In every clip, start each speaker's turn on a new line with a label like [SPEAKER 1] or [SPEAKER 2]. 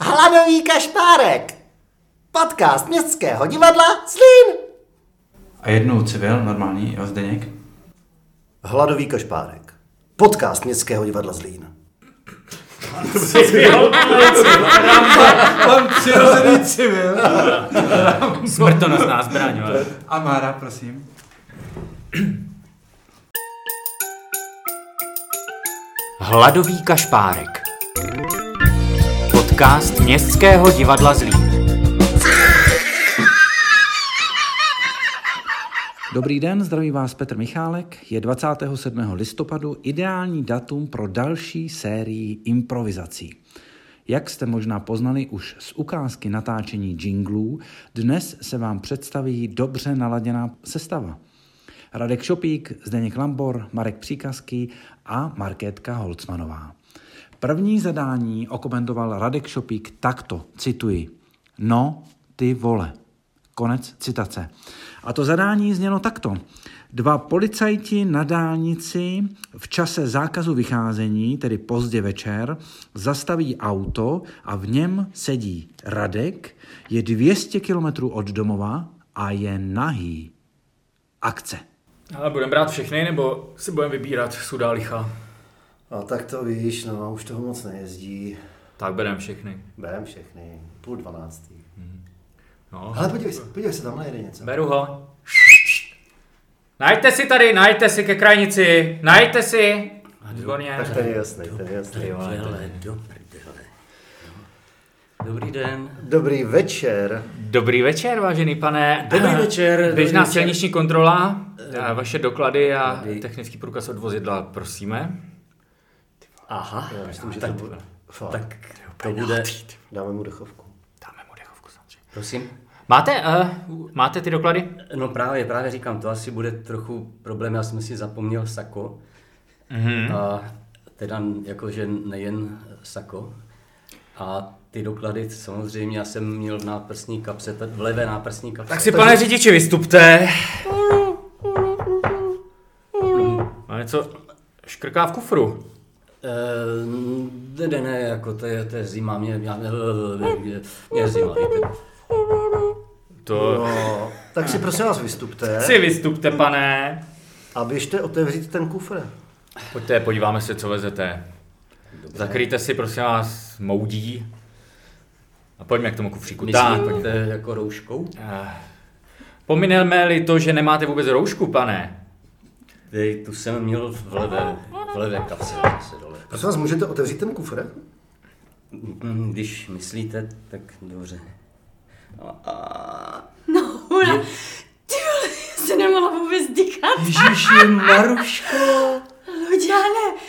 [SPEAKER 1] Hladový kašpárek. Podcast Městského divadla Zlín.
[SPEAKER 2] A jednou civil, normální, jo, Zdeněk?
[SPEAKER 1] Hladový kašpárek. Podcast Městského divadla Zlín.
[SPEAKER 3] Mám přirozený civil.
[SPEAKER 2] Smrtonosná zbraň, vole.
[SPEAKER 3] Amara, prosím.
[SPEAKER 4] Hladový kašpárek. Podcast Městského divadla Zlín.
[SPEAKER 3] Dobrý den, zdraví vás Petr Michálek. Je 27. listopadu ideální datum pro další sérii improvizací. Jak jste možná poznali už z ukázky natáčení jinglů, dnes se vám představí dobře naladěná sestava. Radek Šopík, Zdeněk Lambor, Marek Příkazký a Markétka Holcmanová. První zadání okomentoval Radek Šopík takto, cituji. No, ty vole. Konec citace. A to zadání znělo takto. Dva policajti na dálnici v čase zákazu vycházení, tedy pozdě večer, zastaví auto a v něm sedí Radek, je 200 kilometrů od domova a je nahý. Akce.
[SPEAKER 5] Ale budeme brát všechny, nebo si budeme vybírat sudá licha?
[SPEAKER 1] No tak to víš, no, už toho moc nejezdí.
[SPEAKER 5] Tak bereme všechny.
[SPEAKER 1] Berem všechny. Půl dvanáctý.
[SPEAKER 5] No.
[SPEAKER 1] Ale podívej se, podívej se, tamhle jede něco.
[SPEAKER 5] Beru ho. Najďte si tady, najďte si ke krajnici, najďte si. Výborně.
[SPEAKER 1] Tak ten je jasný, ten je jasný.
[SPEAKER 6] Ale do prdele. Dobrý den.
[SPEAKER 1] Dobrý večer.
[SPEAKER 5] Dobrý večer, vážený pane. eh,
[SPEAKER 6] Dobrý večer, dobrý
[SPEAKER 5] Běžná
[SPEAKER 6] večer. Eh,
[SPEAKER 5] silniční kontrola, a vaše doklady a
[SPEAKER 6] Dobrý.
[SPEAKER 5] technický průkaz od vozidla, prosíme.
[SPEAKER 6] Aha,
[SPEAKER 1] Já myslím, že to bude... Fakt.
[SPEAKER 6] tak to bude...
[SPEAKER 1] Dáme mu dechovku.
[SPEAKER 5] Dáme mu dechovku samozřejmě.
[SPEAKER 6] Prosím?
[SPEAKER 5] Máte, uh, máte ty doklady?
[SPEAKER 6] No právě, právě říkám, to asi bude trochu problém, já jsem si zapomněl sako.
[SPEAKER 5] Mhm.
[SPEAKER 6] Mm-hmm. A teda jakože nejen sako. A ty doklady samozřejmě, já jsem měl v náprsní kapse, ta- v levé náprsní kapse.
[SPEAKER 5] Tak si, pane řidiči, vystupte. Máme co škrká v kufru.
[SPEAKER 6] Ehm, ne, ne, ne, jako to je, to je zima, mě, já, mě, mě je zima, víte.
[SPEAKER 5] To...
[SPEAKER 1] No, tak si prosím vás vystupte
[SPEAKER 5] Si vystupte, pane.
[SPEAKER 1] a běžte otevřít ten kufr.
[SPEAKER 5] Pojďte, podíváme se, co vezete. Zakryjte si, prosím vás, moudí. A pojďme k tomu kufříku. Tak,
[SPEAKER 6] Myslím, to je No, jako rouškou.
[SPEAKER 5] eh, Pomineme-li to, že nemáte vůbec roušku, pane.
[SPEAKER 6] Dej, tu jsem měl v levé, v levé kapse zase dole.
[SPEAKER 1] Prosím vás, můžete otevřít ten kufr?
[SPEAKER 6] Mm, Když myslíte, tak dobře. A, a,
[SPEAKER 7] No, hura. Ty vole, já se nemohla vůbec dýchat.
[SPEAKER 6] Ježíši, Maruško,
[SPEAKER 7] Luďane,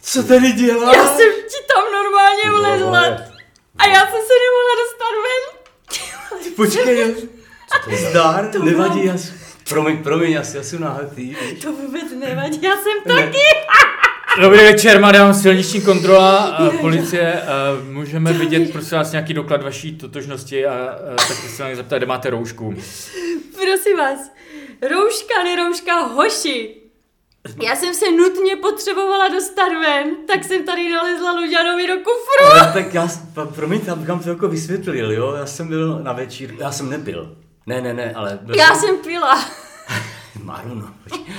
[SPEAKER 6] co tady dělá?
[SPEAKER 7] já jsem ti tam normálně vlezla. A já jsem se nemohla dostat ven. Ty vole,
[SPEAKER 6] Počkej, zdar,
[SPEAKER 7] To
[SPEAKER 6] nevadí,
[SPEAKER 7] mám.
[SPEAKER 6] já jsem... Promiň, promiň, já jsem, já jsem nahatý.
[SPEAKER 7] To vůbec nevadí, já jsem taky.
[SPEAKER 5] Dobrý večer, madam, silniční kontrola, eh, policie. eh, Můžeme vidět, prosím vás, nějaký doklad vaší totožnosti a eh, taky se na ně zeptat, kde máte roušku.
[SPEAKER 7] Prosím vás, rouška, nerouška, hoši. Já jsem se nutně potřebovala dostat ven, tak jsem tady nalezla Luďanovi do kufru.
[SPEAKER 6] Ale tak já, s- pa- promiň, tam kam to jako vysvětlil, jo? Já jsem byl na večírku, já jsem nebyl. Ne, ne, ne, ale... Byl
[SPEAKER 7] Já jsem pila.
[SPEAKER 6] Maru, no, počkej.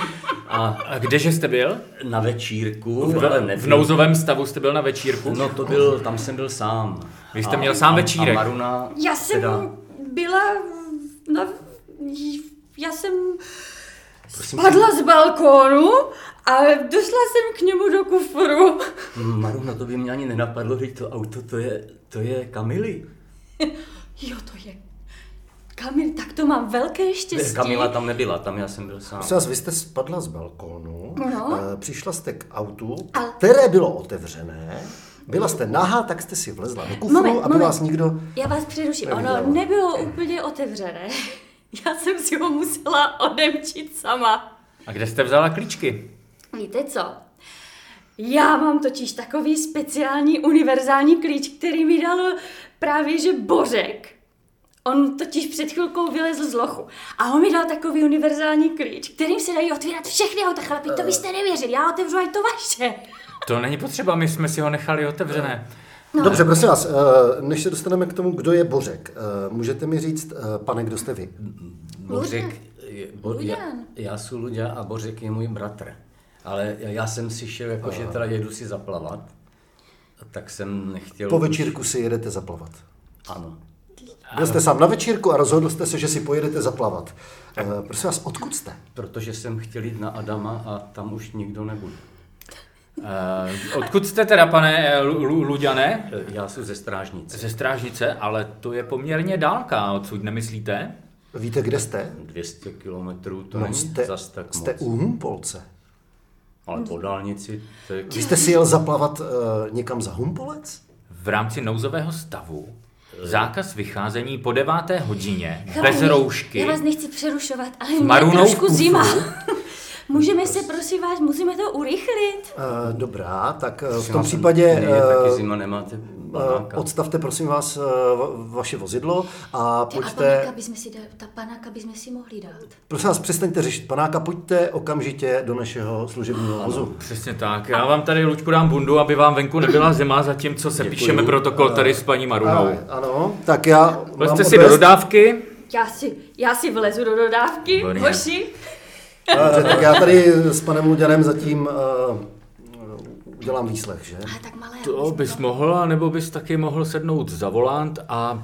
[SPEAKER 6] A
[SPEAKER 5] A kdeže jste byl? No,
[SPEAKER 6] na večírku,
[SPEAKER 5] V,
[SPEAKER 6] ale
[SPEAKER 5] v
[SPEAKER 6] nebyl.
[SPEAKER 5] nouzovém stavu jste byl na večírku?
[SPEAKER 6] No to byl, tam jsem byl sám.
[SPEAKER 5] Vy jste měl sám večírek.
[SPEAKER 6] A Maruna
[SPEAKER 7] Já jsem
[SPEAKER 6] Teda,
[SPEAKER 7] byla na... Já jsem spadla z balkónu a došla jsem k němu do kufru.
[SPEAKER 6] Maruna, to by mě ani nenapadlo, že to auto, to je, to je Kamily.
[SPEAKER 7] Jo, to je... Kamil, tak to mám velké štěstí.
[SPEAKER 6] Eh, Kamila tam nebyla, tam já jsem byl sám.
[SPEAKER 1] Prosím vás, vy jste spadla z balkónu,
[SPEAKER 7] No.
[SPEAKER 1] eh, přišla jste k autu,
[SPEAKER 7] Ale-
[SPEAKER 1] které bylo otevřené, byla jste nahá, tak jste si vlezla do kufru,
[SPEAKER 7] Moment,
[SPEAKER 1] aby
[SPEAKER 7] moment.
[SPEAKER 1] vás nikdo...
[SPEAKER 7] Já vás přeruším.
[SPEAKER 1] Neviděla.
[SPEAKER 7] Ono nebylo úplně otevřené. Já jsem si ho musela odemčit sama.
[SPEAKER 5] A kde jste vzala klíčky?
[SPEAKER 7] Víte co? Já mám totiž takový speciální univerzální klíč, který mi dal právě že Bořek. On totiž před chvilkou vylezl z lochu a on mi dal takový univerzální klíč, kterým se dají otvírat všechny auta, chlapi, to byste nevěřili, já otevřu i to vaše.
[SPEAKER 5] To není potřeba, my jsme si ho nechali otevřené.
[SPEAKER 7] No.
[SPEAKER 1] Dobře, prosím vás, eh, než se dostaneme k tomu, kdo je Bořek, eh, můžete mi říct, eh, pane, kdo jste vy?
[SPEAKER 6] Bořek, je- bo, já,
[SPEAKER 7] Luďan.
[SPEAKER 6] já jsem Luďa a Bořek je můj bratr. Ale já jsem si šel, jako, že teda jedu si zaplavat, tak jsem nechtěl...
[SPEAKER 1] Po
[SPEAKER 6] už-
[SPEAKER 1] večírku si jedete zaplavat.
[SPEAKER 6] Ano.
[SPEAKER 1] Byl jste sám na večírku a rozhodl jste se, že si pojedete zaplavat. Eh, Prosím vás, odkud jste?
[SPEAKER 6] Protože jsem chtěl jít na Adama a tam už nikdo nebude.
[SPEAKER 5] Eh, odkud jste teda, pane eh, Lu- Lu- Luďané?
[SPEAKER 6] Eh, Já jsem ze Strážnice.
[SPEAKER 5] Ze strážnice, ale to je poměrně dálka, odsud nemyslíte?
[SPEAKER 1] Víte, kde jste?
[SPEAKER 6] 200 kilometrů, to
[SPEAKER 1] No,
[SPEAKER 6] není
[SPEAKER 1] jste,
[SPEAKER 6] zas tak
[SPEAKER 1] jste
[SPEAKER 6] moc.
[SPEAKER 1] u Humpolce.
[SPEAKER 6] Ale po dálnici, to je...
[SPEAKER 1] Vy jste si jel zaplavat eh, někam za Humpolec?
[SPEAKER 5] V rámci nouzového stavu zákaz vycházení po deváté hodině,
[SPEAKER 7] Chalani,
[SPEAKER 5] bez roušky.
[SPEAKER 7] Já vás nechci přerušovat, ale mě je
[SPEAKER 5] marunou v
[SPEAKER 7] trošku
[SPEAKER 5] kufru.
[SPEAKER 7] zima. Můžeme se, prosím vás, musíme to urychlit.
[SPEAKER 1] Eh, Dobrá, tak eh, v
[SPEAKER 6] Prosím
[SPEAKER 1] tom
[SPEAKER 6] vás,
[SPEAKER 1] případě
[SPEAKER 6] není taky
[SPEAKER 1] eh,
[SPEAKER 6] zima, nemáte
[SPEAKER 1] eh,
[SPEAKER 6] banáka.
[SPEAKER 1] odstavte prosím vás eh, va- vaše vozidlo a
[SPEAKER 7] Ty, a panáka
[SPEAKER 1] pojďte,
[SPEAKER 7] bychom si, dali- ta panáka bychom si mohli dát.
[SPEAKER 1] prosím vás, přestaňte řešit panáka, pojďte okamžitě do našeho služebního vozu.
[SPEAKER 5] Přesně tak. Já vám tady, Lučku, dám bundu, aby vám venku nebyla zima, zatímco se píšeme protokol tady s paní Marunou.
[SPEAKER 1] A- Ano, tak já
[SPEAKER 5] Vlezte
[SPEAKER 1] mám
[SPEAKER 5] si do
[SPEAKER 1] odvést-
[SPEAKER 5] dodávky.
[SPEAKER 7] Já si, já si vlezu do dodávky,
[SPEAKER 5] Dobrý.
[SPEAKER 7] hoši.
[SPEAKER 1] Dobře, Eh, tak já tady s panem Luďanem zatím eh, udělám výslech, že?
[SPEAKER 7] A tak malé.
[SPEAKER 5] To bys mohl, nebo bys taky mohl sednout za volant a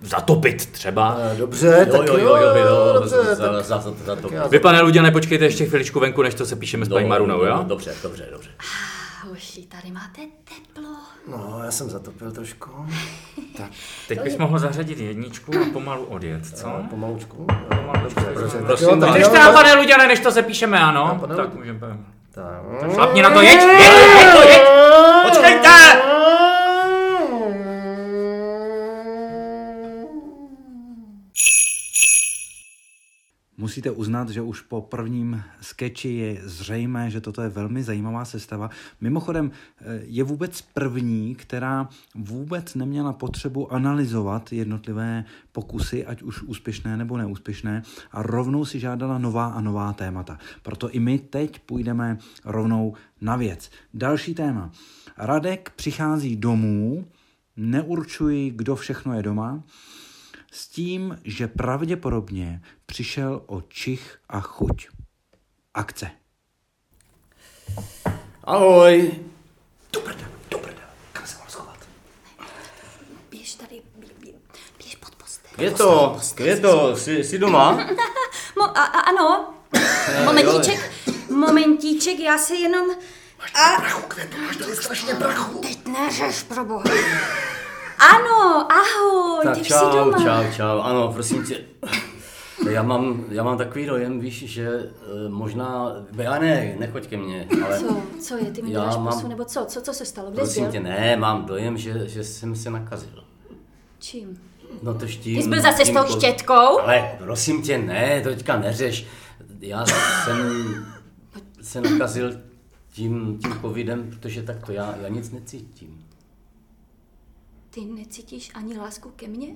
[SPEAKER 5] zatopit třeba.
[SPEAKER 1] Eh, Dobře,
[SPEAKER 6] Jo,
[SPEAKER 1] tak eh,
[SPEAKER 6] jo, jo, jo, jo,
[SPEAKER 1] dobře, tak
[SPEAKER 6] za, za, za, za to.
[SPEAKER 1] já- No,
[SPEAKER 5] Vy, pane Luděne, počkejte ještě chviličku venku, než to se píšeme s paní Marunou, jo?
[SPEAKER 6] Dobře, dobře, dobře.
[SPEAKER 7] Hoši, tady máte teplo.
[SPEAKER 1] No, já jsem zatopil trošku,
[SPEAKER 5] Teď bys mohl zařadit jedničku a pomalu odjet, co?
[SPEAKER 1] Eh, pomalučku.
[SPEAKER 6] Prosím vás.
[SPEAKER 5] Když teda, pane Luděne, než to se píšeme, ano, tak můžeme.
[SPEAKER 1] Tak.
[SPEAKER 5] Šlapni na No to, jeď, jeď, jeď, to, jeď! Počkejte!
[SPEAKER 3] Musíte uznat, že už po prvním sketchi je zřejmé, že toto je velmi zajímavá sestava. Mimochodem, eh, je vůbec první, která vůbec neměla potřebu analyzovat jednotlivé pokusy, ať už úspěšné nebo neúspěšné, a rovnou si žádala nová a nová témata. Proto i my teď půjdeme rovnou na věc. Další téma. Radek přichází domů, neurčuji, kdo všechno je doma, s tím, že pravděpodobně přišel o čich a chuť. Akce.
[SPEAKER 6] Ahoj.
[SPEAKER 7] Běž tady, bě- bě- běž pod postel.
[SPEAKER 6] Je to, je to, jsi, jsi doma?
[SPEAKER 7] Mo, a, a, ano, Eh, momentíček, momentíček, já si jenom... A... Prachu, kde to máš tady strašně prachu. Teď neřeš, proboha. Ano, ahoj,
[SPEAKER 6] Tak
[SPEAKER 7] tak jsi
[SPEAKER 6] čau,
[SPEAKER 7] doma.
[SPEAKER 6] čau, čau, ano, prosím tě. Já mám, já mám takový dojem, víš, že eh, možná, já ne, nechoď ke mně, ale
[SPEAKER 7] Co, co je, ty mi
[SPEAKER 6] Já
[SPEAKER 7] děláš
[SPEAKER 6] mám-
[SPEAKER 7] pusu, nebo co, co, co se stalo, kde jsi
[SPEAKER 6] prosím
[SPEAKER 7] byl?
[SPEAKER 6] tě, ne, mám dojem, že, že jsem se nakazil.
[SPEAKER 7] Čím?
[SPEAKER 6] No to štím.
[SPEAKER 7] Ty jsi byl zase s tou
[SPEAKER 6] tím-
[SPEAKER 7] štětkou?
[SPEAKER 6] Ale prosím tě, ne, teďka neřeš. Já jsem se nakazil tím, tím covidem, protože tak to já, já nic necítím.
[SPEAKER 7] Ty necítíš ani lásku ke mně?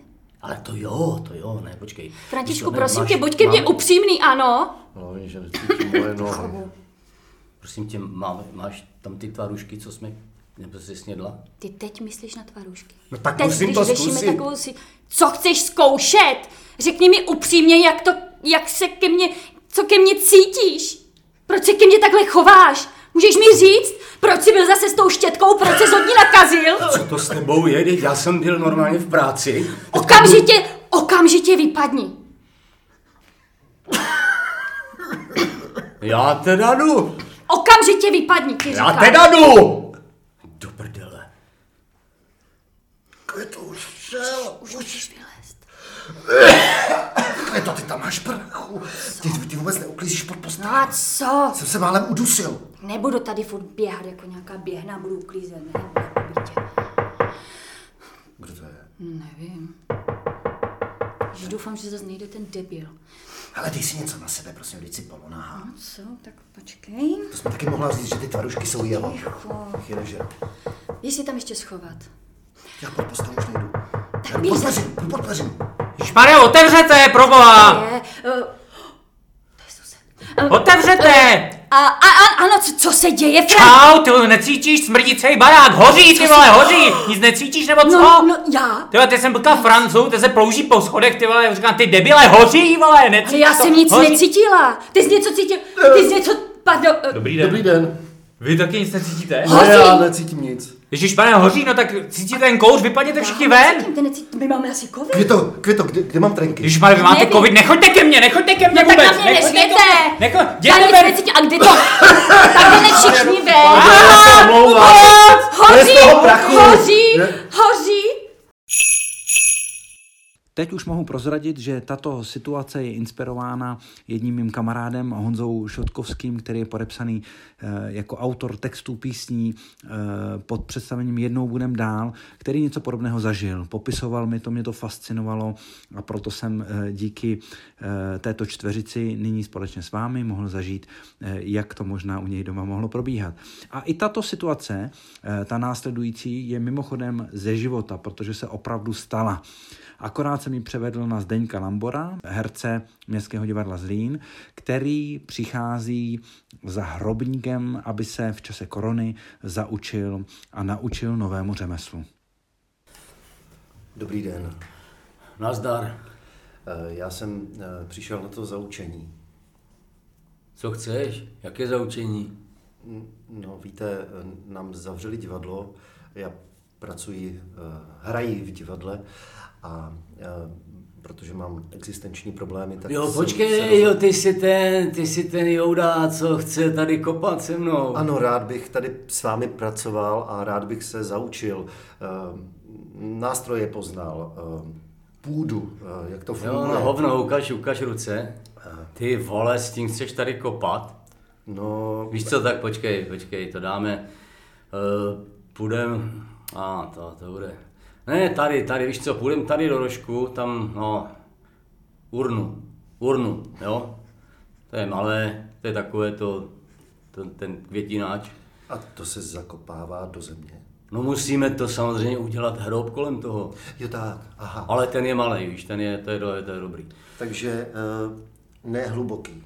[SPEAKER 6] Ale to jo, to jo, ne, počkej.
[SPEAKER 7] Františku,
[SPEAKER 6] Víš co, ne,
[SPEAKER 7] prosím
[SPEAKER 6] máš-
[SPEAKER 7] tě, buď ke mně upřímný, ano?
[SPEAKER 6] No, že necítím moje nohy. Prosím tě, má, máš tam ty tvarušky, co jsme, nebo jsi snědla?
[SPEAKER 7] Ty teď myslíš na tvarůžky.
[SPEAKER 1] No tak
[SPEAKER 7] teď,
[SPEAKER 1] musím
[SPEAKER 7] když
[SPEAKER 1] to
[SPEAKER 7] řešíme
[SPEAKER 1] zkusit.
[SPEAKER 7] takovou si... Co chceš zkoušet? Řekni mi upřímně, jak to, jak se ke mně, co ke mně cítíš? Proč se ke mně takhle chováš? Můžeš mi říct, proč jsi byl zase s tou štětkou, proč se od ní nakazil?
[SPEAKER 6] Co to s tebou je, Teď já jsem byl normálně v práci.
[SPEAKER 7] Okamžitě, okamžitě vypadni.
[SPEAKER 6] Já teda jdu,
[SPEAKER 7] Okamžitě vypadni, ti
[SPEAKER 6] já
[SPEAKER 7] říkám.
[SPEAKER 6] teda jdu! Do prdele.
[SPEAKER 7] Už můžeš vylézt.
[SPEAKER 1] Je to, ty tam máš prachu. Ty, ty vůbec neuklízíš pod postel.
[SPEAKER 7] No a co?
[SPEAKER 1] Jsem se málem udusil.
[SPEAKER 7] Nebudu tady furt běhat jako nějaká běhna, budu uklízet, ne? Bytě.
[SPEAKER 1] Kdo to je?
[SPEAKER 7] Nevím. Že doufám, že zase nejde ten debil.
[SPEAKER 1] Ale dej si něco na sebe, prosím, vždyť si polonáha.
[SPEAKER 7] Co? Tak počkej.
[SPEAKER 1] To jsme taky mohla říct, že ty tvarušky jsou jelo. Ach, je nežer.
[SPEAKER 7] Běž si tam ještě schovat.
[SPEAKER 1] Já pod postel už nejdu. Já jdu
[SPEAKER 7] běž
[SPEAKER 1] pod
[SPEAKER 7] za-
[SPEAKER 1] peřinu, jdu pod peřinu.
[SPEAKER 5] Šmare, otevřete, proboha!
[SPEAKER 7] eh, Je, uh, to je sused.
[SPEAKER 5] Otevřete!
[SPEAKER 7] eh, A, a, a ano, co, co se děje, Frank?
[SPEAKER 4] Čau, ty necítíš smrdícej barák, hoří, ty vole, hoří, nic necítíš nebo co?
[SPEAKER 7] No, no, já.
[SPEAKER 4] Ty vole, ty jsem potkal Francouz, ty se plouží po schodech, ty vole, říkám, ty debile, hoří, vole, necítíš
[SPEAKER 7] Ale já
[SPEAKER 4] to,
[SPEAKER 7] jsem nic
[SPEAKER 4] hoří.
[SPEAKER 7] necítila. Ty jsi něco cítil, ty jsi něco, pardon, eh,
[SPEAKER 5] Dobrý den.
[SPEAKER 1] Dobrý den.
[SPEAKER 5] Vy taky nic necítíte?
[SPEAKER 1] No,
[SPEAKER 7] Hoří.
[SPEAKER 1] já necítím nic.
[SPEAKER 4] Ježíš, pane, hoří, no tak cítíte ten kouř, vypadněte všichni ven.
[SPEAKER 7] necítím, ty necítím, my máme asi covid. No,
[SPEAKER 1] Květo, květo, kde, kde mám trenky?
[SPEAKER 4] Ježíš, pane, vy máte
[SPEAKER 7] Nevím.
[SPEAKER 4] covid, nechoďte ke mně, nechoďte ke mně
[SPEAKER 7] No tak
[SPEAKER 4] vůbec.
[SPEAKER 7] na mě
[SPEAKER 4] nechoďte
[SPEAKER 7] neřvěte.
[SPEAKER 4] ke mně, Necho,
[SPEAKER 7] Já
[SPEAKER 4] jděte
[SPEAKER 7] nic
[SPEAKER 4] ven.
[SPEAKER 7] necítím, a kde to? tak jdete všichni ven.
[SPEAKER 4] Ah!
[SPEAKER 1] To je
[SPEAKER 7] Hoří,
[SPEAKER 1] z toho prachu.
[SPEAKER 7] hoří,
[SPEAKER 1] Ne?
[SPEAKER 7] hoří.
[SPEAKER 3] Teď už mohu prozradit, že tato situace je inspirována jedním mým kamarádem Honzou Šotkovským, který je podepsaný eh, jako autor textů písní eh, pod představením Jednou budem dál, který něco podobného zažil. Popisoval mi to, mě to fascinovalo a proto jsem eh, díky eh, této čtveřici nyní společně s vámi mohl zažít, eh, jak to možná u něj doma mohlo probíhat. A i tato situace, eh, ta následující, je mimochodem ze života, protože se opravdu stala. Akorát jsem ji převedl na Zdeňka Lambora, herce Městského divadla Zlín, který přichází za hrobníkem, aby se v čase korony zaučil a naučil novému řemeslu.
[SPEAKER 1] Dobrý den.
[SPEAKER 6] Nazdar.
[SPEAKER 1] Eh, Já jsem eh, přišel na to zaučení.
[SPEAKER 6] Co chceš? Jaké zaučení?
[SPEAKER 1] No víte, eh, nám zavřeli divadlo, já pracuji, eh, hraji v divadle a eh, protože mám existenční problémy, tak
[SPEAKER 6] Jo,
[SPEAKER 1] jsem se
[SPEAKER 6] počkej,
[SPEAKER 1] rozhodl-
[SPEAKER 6] jo, ty jsi ten, ty jsi ten jouda, co chce tady kopat se mnou.
[SPEAKER 1] Ano, rád bych tady s vámi pracoval a rád bych se zaučil. ehm, Nástroje poznal, ehm, půdu, eh, jak to
[SPEAKER 6] Jo,
[SPEAKER 1] funguje.
[SPEAKER 6] no hovno, ukaž, ukaž ruce. Ty vole, s tím chceš tady kopat?
[SPEAKER 1] No,
[SPEAKER 6] Víš co, tak počkej, počkej, to dáme. Uh, půjdem, a to, to bude. Ne, tady, tady, víš co, půjdem tady do rožku, tam, no, urnu, urnu, jo. To je malé, to je takové to, to ten květináč.
[SPEAKER 1] a to se zakopává do země.
[SPEAKER 6] No musíme to samozřejmě udělat hrob kolem toho.
[SPEAKER 1] Jo tak, aha.
[SPEAKER 6] Ale ten je malý, víš, ten je, to je, to je, to je dobrý.
[SPEAKER 1] Takže eh, ne hluboký.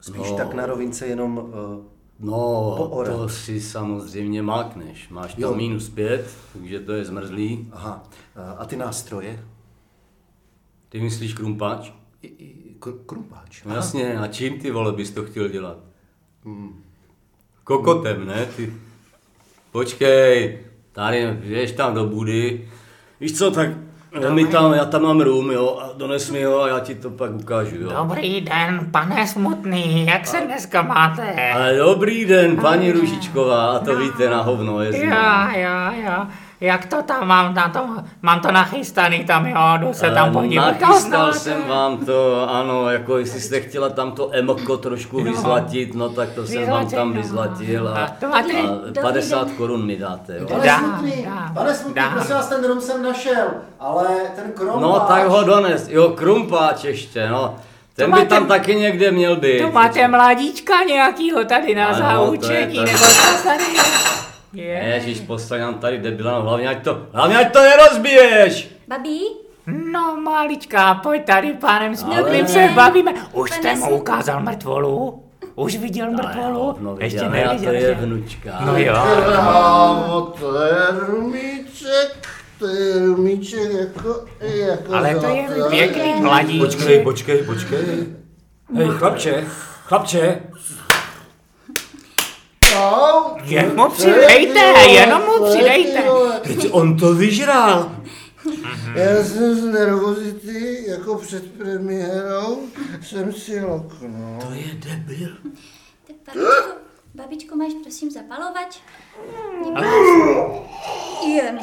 [SPEAKER 1] Spíš
[SPEAKER 6] No.
[SPEAKER 1] tak na rovince jenom... eh,
[SPEAKER 6] No,
[SPEAKER 1] Poorat.
[SPEAKER 6] to si samozřejmě mákneš. Máš
[SPEAKER 1] Jo.
[SPEAKER 6] tam minus pět, takže to je zmrzlý.
[SPEAKER 1] Aha, eh, a ty nástroje?
[SPEAKER 6] Ty myslíš krumpáč?
[SPEAKER 1] I, i, kr- krumpáč.
[SPEAKER 6] No jasně, a čím ty vole bys to chtěl dělat?
[SPEAKER 1] Hmm.
[SPEAKER 6] Kokotem, ne? Ty... Počkej, tady, jdeš tam do budy. Víš co, tak mi tam, já tam mám rum, jo, a dones mi ho a já ti to pak ukážu, jo.
[SPEAKER 8] Dobrý den, pane smutný, jak se dneska máte?
[SPEAKER 6] Ale dobrý den, paní Ružičková, a to
[SPEAKER 1] No.
[SPEAKER 6] víte na hovno, je zná.
[SPEAKER 8] Jo, jo, jo. Jak to tam mám na tom, mám to nachystaný tam, jo, jdu se tam podívat. To
[SPEAKER 6] Eh, Nachystal
[SPEAKER 8] znáte.
[SPEAKER 6] jsem vám to, ano, jako jestli jste chtěla tam to emoko trošku vyzlatit, no tak to jsem vám
[SPEAKER 8] Vyzlatit,
[SPEAKER 6] tam
[SPEAKER 8] no.
[SPEAKER 6] vyzlatil a,
[SPEAKER 8] A to máte-
[SPEAKER 6] a 50 korun mi dáte, jo.
[SPEAKER 8] Dá, dá.
[SPEAKER 1] Pane smutný,
[SPEAKER 8] Dá.
[SPEAKER 1] prosím vás, ten rum jsem našel, ale ten krumpáč...
[SPEAKER 6] No tak ho dones, jo, krumpáč ještě, no. Ten
[SPEAKER 8] To
[SPEAKER 6] by
[SPEAKER 8] máte-
[SPEAKER 6] tam taky někde měl být.
[SPEAKER 8] Tu máte mládíčka nějakýho tady na
[SPEAKER 6] Ano, to je
[SPEAKER 8] zaučení,
[SPEAKER 6] to.
[SPEAKER 8] nebo co tady je? je?
[SPEAKER 6] Ježíš, postaň nám tady debila, no hlavně ať to, hlavně ať to nerozbiješ!
[SPEAKER 7] Babí?
[SPEAKER 8] No malička, pojď tady, pánem smutným
[SPEAKER 6] Ale-
[SPEAKER 8] se bavíme. Už
[SPEAKER 7] Pane
[SPEAKER 8] jste mu
[SPEAKER 7] smutný.
[SPEAKER 8] ukázal mrtvolu? Už viděl mrtvolu?
[SPEAKER 6] No,
[SPEAKER 8] Ještě
[SPEAKER 6] viděl, já to
[SPEAKER 8] neviděl,
[SPEAKER 6] je
[SPEAKER 8] že?
[SPEAKER 6] vnučka.
[SPEAKER 8] No jo.
[SPEAKER 1] Kámo, to je rumíček, to je rumíček jako, jako
[SPEAKER 8] Ale to je pěkný mladíček.
[SPEAKER 4] počkej, počkej. Hej, chlapče, chlapče,
[SPEAKER 8] Jen mu přidejte, jenom mu přidejte.
[SPEAKER 4] teď on to vyžral.
[SPEAKER 9] Mhm. Já jsem z nervozity, jako před premiérou, jsem si loknul.
[SPEAKER 7] Babičko, babičko, máš prosím zapalovač? Jen.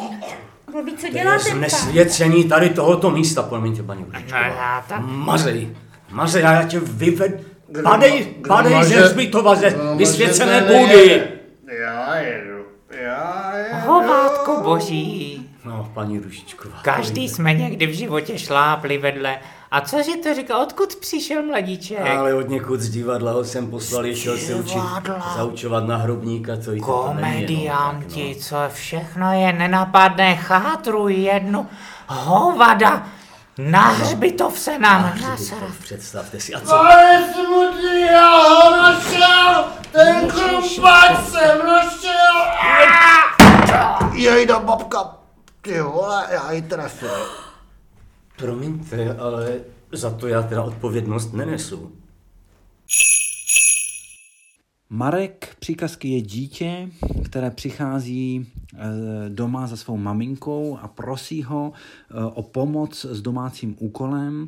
[SPEAKER 7] Babi, co děláte?
[SPEAKER 6] Nesvěcení tady tohoto místa, promiňte, paní
[SPEAKER 8] No já tak.
[SPEAKER 6] Mazej, mazej, já tě vyved... Padej, padej
[SPEAKER 9] Gromaže-
[SPEAKER 6] ze hřbitova, ze
[SPEAKER 9] gromaže
[SPEAKER 6] vysvěcené
[SPEAKER 9] tady
[SPEAKER 6] půdy!
[SPEAKER 9] je. Já jedu, já jedu.
[SPEAKER 8] Hovátko boží,
[SPEAKER 6] No, paní Rušičková.
[SPEAKER 8] každý jsme někdy v životě šlápli vedle. A cože to říká, odkud přišel mladíček?
[SPEAKER 6] Ale od někud z divadla ho jsem poslali, šel se učit,
[SPEAKER 8] divadla.
[SPEAKER 6] zaučovat na hrobníka, co jí to tam není, no, tak,
[SPEAKER 8] Komedianti, co všechno je nenapadné, chátru jednu, hovada. Na hřbitov se nám
[SPEAKER 6] To
[SPEAKER 8] nasra.
[SPEAKER 6] No. představte si, a co?
[SPEAKER 9] Ale smutný, já ho našel! Ten krumpáč jsem našel! Ah! Jejda babka, ty vole, já ji trefil.
[SPEAKER 6] Promiňte, ale za to já teda odpovědnost nenesu.
[SPEAKER 3] Marek příkazky je dítě, které přichází eh, doma za svou maminkou a prosí ho eh, o pomoc s domácím úkolem.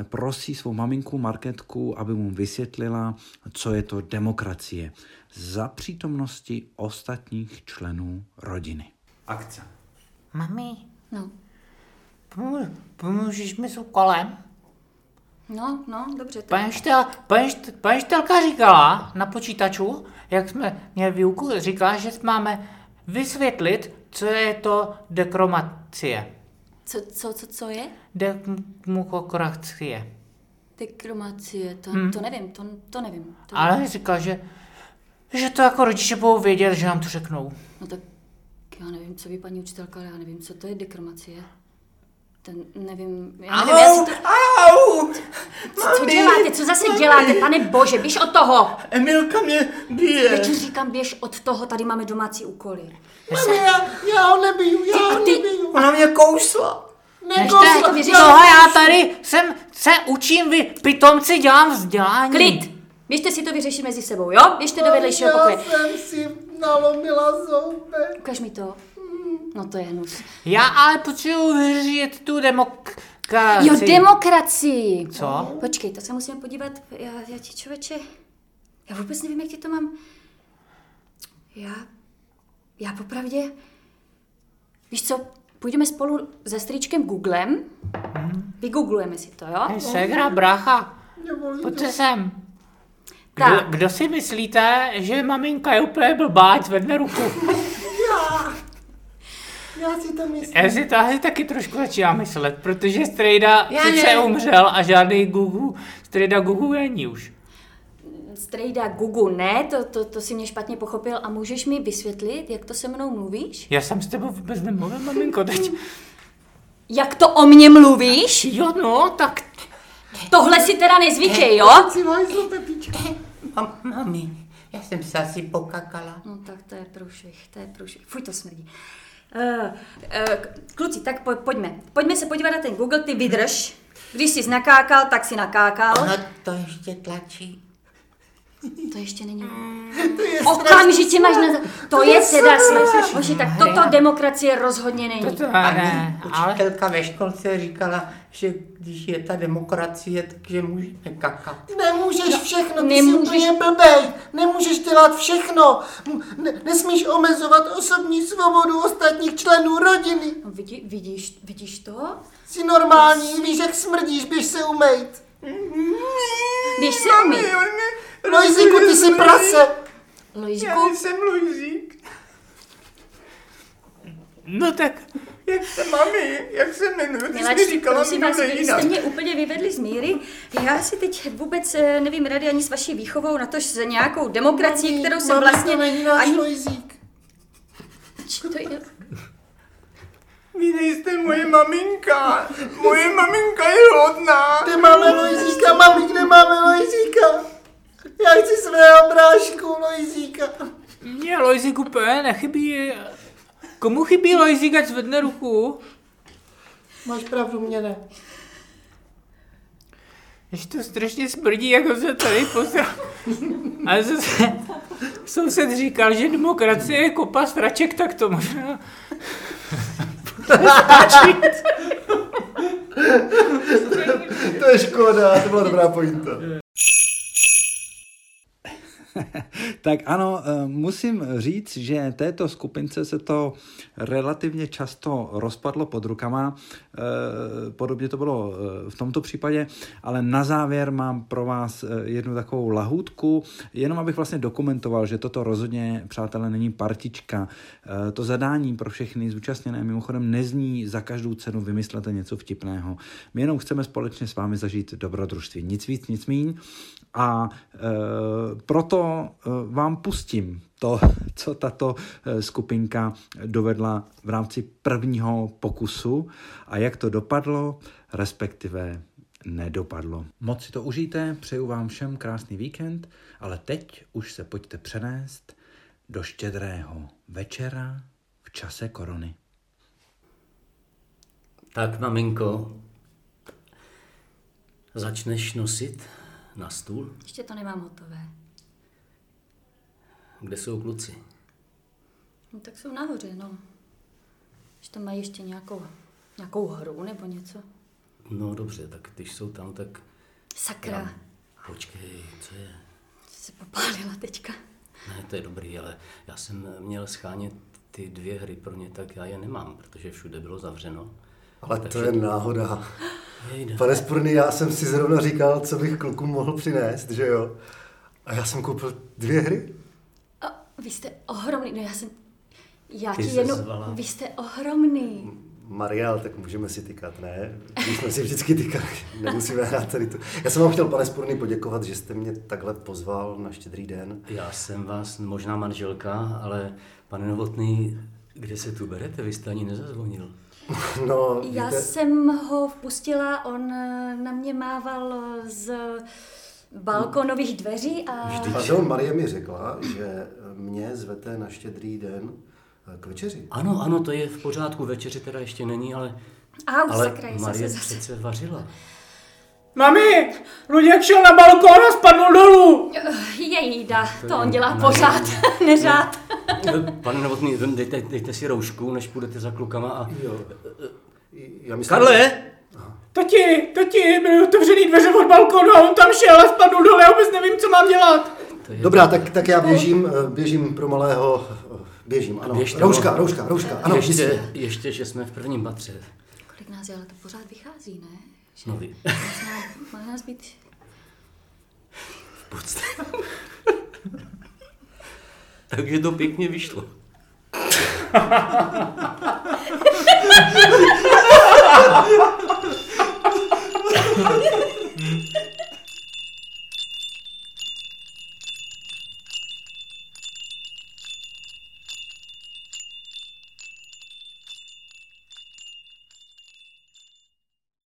[SPEAKER 3] Eh, Prosí svou maminku Marketku, aby mu vysvětlila, co je to demokracie za přítomnosti ostatních členů rodiny.
[SPEAKER 2] Akce.
[SPEAKER 8] Mami,
[SPEAKER 7] No,
[SPEAKER 8] pomů- pomůžeš mi s úkolem?
[SPEAKER 7] no, no, dobře. Tak.
[SPEAKER 8] Paní štel- paní št- paní štelka říkala na počítaču, jak jsme měli výuku, říkala, že máme vysvětlit, co je to dekromacie.
[SPEAKER 7] Co, co, co, co je?
[SPEAKER 8] Dekmukokracie.
[SPEAKER 7] Dekromacie, to, to nevím, to, to nevím. To,
[SPEAKER 8] Ale říkala, že, že to jako rodiče budou vědět, že nám to řeknou.
[SPEAKER 7] No tak já nevím, co ví paní učitelka, ale já nevím, co to je dekromacie. Ten, nevím, já nevím, já si to...
[SPEAKER 6] Au!
[SPEAKER 7] Co, co děláte, co zase děláte, pane bože, běž od toho!
[SPEAKER 6] Emilka mě bije!
[SPEAKER 7] Teď ti říkám, běž od toho, tady máme domácí úkoly.
[SPEAKER 9] Já, já ho nebiju, já ho
[SPEAKER 7] Ty-
[SPEAKER 9] nebiju.
[SPEAKER 6] Ona mě kousla!
[SPEAKER 8] Nechte,
[SPEAKER 7] to věříš,
[SPEAKER 8] tohle
[SPEAKER 7] že-
[SPEAKER 8] jako já tady jsem, se učím, vy pitomci dělám vzdělání.
[SPEAKER 7] Klid! Běžte si to vyřešit mezi sebou, jo? Běžte do vedlejšího pokoje.
[SPEAKER 9] Já jsem si nalomila zoubek. Mm.
[SPEAKER 7] Ukaž mi to. No to je hnus.
[SPEAKER 8] Já ale potřebuji vyřešit tu demokracii.
[SPEAKER 7] Jo, demokracii!
[SPEAKER 8] Co?
[SPEAKER 7] Počkej, to se musíme podívat. Já, já ti člověče... Já vůbec nevím, jak ti to mám... Já... Já popravdě... Víš co, půjdeme spolu se strýčkem Googlem. Vygooglujeme si to, jo?
[SPEAKER 8] Mhm. Hej, Segra, bracha,
[SPEAKER 9] Nebolí to.
[SPEAKER 8] pojďte sem. Kdo,
[SPEAKER 7] Tak.
[SPEAKER 8] kdo si myslíte, že maminka je úplně blbá, ať zvedne ruku?
[SPEAKER 9] Já si to myslím.
[SPEAKER 8] Já si tahle taky trošku začíná myslet, protože Strejda
[SPEAKER 7] Já
[SPEAKER 8] sice
[SPEAKER 7] nevím.
[SPEAKER 8] umřel a žádný Gugu, Strejda Gugu není už.
[SPEAKER 7] Strejda Gugu, ne, to, to, to si mě špatně pochopil a můžeš mi vysvětlit, jak to se mnou mluvíš?
[SPEAKER 8] Já jsem s tebou vůbec nemluvil, maminko, teď.
[SPEAKER 7] Jak to o mně mluvíš?
[SPEAKER 8] Jo, no, tak
[SPEAKER 7] Tohle si teda nezvykej, jo?
[SPEAKER 9] Si hajzl, Pepička.
[SPEAKER 10] Mam, mami, já jsem se asi pokakala.
[SPEAKER 7] No tak to je průšvih, to je průšvih. Fuj, to smrdí. Uh, uh, kluci, tak po, pojďme. Pojďme se podívat na ten Google, ty vydrž. Když jsi nakákal, tak si nakákal.
[SPEAKER 10] Ono to ještě tlačí.
[SPEAKER 7] To ještě není.
[SPEAKER 9] To je
[SPEAKER 7] Okamžitě máš na... To je teda smrt. Bože, tak
[SPEAKER 8] hra.
[SPEAKER 7] toto demokracie rozhodně není.
[SPEAKER 8] to
[SPEAKER 10] A
[SPEAKER 8] ne, ale...
[SPEAKER 10] učitelka ve školce říkala, že když je ta demokracie, takže můžeme kakat.
[SPEAKER 9] Nemůžeš všechno,
[SPEAKER 7] No,
[SPEAKER 9] ty
[SPEAKER 7] nemůžeš.
[SPEAKER 9] Nemůžeš... jsi úplně blbej. Nemůžeš dělat všechno. M- Ne, nesmíš omezovat osobní svobodu ostatních členů rodiny.
[SPEAKER 7] No, vidí, vidíš, vidíš to?
[SPEAKER 9] Jsi normální, víš, jak smrdíš, běž se umejt.
[SPEAKER 7] Běž se No, umýt.
[SPEAKER 9] Lojzíku, ty jsi prase.
[SPEAKER 7] Lojzku,
[SPEAKER 10] jsem Luizík.
[SPEAKER 8] No tak,
[SPEAKER 10] Jak se mami, jak se jmenuji?
[SPEAKER 7] Miláčci, prosím vás, vy jste mě úplně vyvedli z míry. Já si teď vůbec eh, nevím rady ani s vaší výchovou, natož s nějakou demokracií, kterou jsem
[SPEAKER 9] Mami,
[SPEAKER 7] vlastně...
[SPEAKER 9] to není náš
[SPEAKER 7] ani-
[SPEAKER 9] Lojzík.
[SPEAKER 7] Či to je-
[SPEAKER 10] Vy nejste moje maminka. Moje maminka je hodná.
[SPEAKER 9] Nemáme Lojzíka, mamík, nemáme Lojzíka. Já chci svého brášku Lojzíka.
[SPEAKER 8] mně Lojzik úplně nechybí. Komu chybí Lojzik, ať zvedne ruku?
[SPEAKER 9] Máš pravdu, mě ne.
[SPEAKER 8] Ještě to strašně smrdí, jako se tady pozdrav. Ale zase soused říkal, že demokracie je kopa sraček, tak to možná...
[SPEAKER 1] To je škoda, to byla dobrá pointa.
[SPEAKER 3] Tak ano, eh, musím říct, že této skupince se to relativně často rozpadlo pod rukama. Eh, Podobně to bylo eh, v tomto případě, ale na závěr mám pro vás eh, jednu takovou lahůdku, jenom abych vlastně dokumentoval, že toto rozhodně, přátelé, není partička. Eh, To zadání pro všechny zúčastněné mimochodem nezní za každou cenu vymyslete něco vtipného. My jenom chceme společně s vámi zažít dobrodružství. Nic víc, nic míň. A e, proto e, vám pustím to, co tato e, skupinka dovedla v rámci prvního pokusu a jak to dopadlo, respektive nedopadlo. Moc si to užijte, přeju vám všem krásný víkend, ale teď už se pojďte přenést do štědrého večera v čase korony.
[SPEAKER 6] Tak, maminko, začneš nosit na stůl?
[SPEAKER 7] Ještě to nemám hotové.
[SPEAKER 6] Kde jsou kluci?
[SPEAKER 7] No, tak jsou nahoře, no. Když to mají ještě nějakou, nějakou hru nebo něco.
[SPEAKER 6] No dobře, tak když jsou tam, tak...
[SPEAKER 7] Sakra.
[SPEAKER 6] Já- Počkej, co je?
[SPEAKER 7] Jsi se popálila teďka.
[SPEAKER 6] Ne, to je dobrý, ale já jsem měl schánět ty dvě hry pro ně, tak já je nemám, protože všude bylo zavřeno.
[SPEAKER 1] Ale to
[SPEAKER 6] Takže-
[SPEAKER 1] je náhoda.
[SPEAKER 8] no.
[SPEAKER 6] Jejda.
[SPEAKER 1] Pane Spurny, já jsem si zrovna říkal, co bych klukům mohl přinést, že jo? A já jsem koupil dvě hry.
[SPEAKER 7] A vy jste ohromný, no já jsem... Já
[SPEAKER 1] Ty
[SPEAKER 7] ti
[SPEAKER 1] jsi
[SPEAKER 7] jenom...
[SPEAKER 1] zvala.
[SPEAKER 7] Vy jste ohromný.
[SPEAKER 1] Mariál, tak můžeme si tykat, ne? My jsme si vždycky tykali, nemusíme hrát tady to. Já jsem vám chtěl, pane Spurny, poděkovat, že jste mě takhle pozval na štědrý den.
[SPEAKER 6] Já jsem vás možná manželka, ale pane Novotný, kde se tu berete? Vy jste ani nezazvonil.
[SPEAKER 1] No,
[SPEAKER 7] Já jsem ho vpustila, on eh, na mě mával eh, z balkonových dveří a...
[SPEAKER 1] Pardon, Marie mi řekla, že mě zvete na štědrý den eh, k večeři.
[SPEAKER 6] Ano, ano, to je v pořádku, večeře teda ještě není, ale...
[SPEAKER 7] Au,
[SPEAKER 6] ale
[SPEAKER 7] sakra, jsem
[SPEAKER 6] Marie
[SPEAKER 7] se zase-
[SPEAKER 6] přece vařila.
[SPEAKER 8] Mami, Luděk šel na balkón a spadl dolů.
[SPEAKER 7] Eh, Jejda,
[SPEAKER 6] To
[SPEAKER 7] to on
[SPEAKER 6] je
[SPEAKER 7] dělá
[SPEAKER 6] na-
[SPEAKER 7] pořád, neřád.
[SPEAKER 6] Pane Novotný, dejte, dejte si roušku, než půjdete za klukama a... Eh,
[SPEAKER 1] Jo. Já myslím,
[SPEAKER 6] Karle!
[SPEAKER 8] Tati, tati, byly otevřený dveře od balkonu a on tam šel a spadl dolů, já vůbec nevím, co mám dělat.
[SPEAKER 1] Dobrá, tak, tak já běžím, eh, běžím pro malého, eh, běžím, ano.
[SPEAKER 6] Běžte,
[SPEAKER 1] rouška,
[SPEAKER 6] no.
[SPEAKER 1] rouška, rouška, ano,
[SPEAKER 6] ještě,
[SPEAKER 1] jistě.
[SPEAKER 6] ještě, že jsme v prvním patře.
[SPEAKER 7] Kolik nás je, ale to pořád vychází, ne? Že
[SPEAKER 6] No vy.
[SPEAKER 7] Má, má nás být...
[SPEAKER 6] V podstatě. Takže to pěkně vyšlo.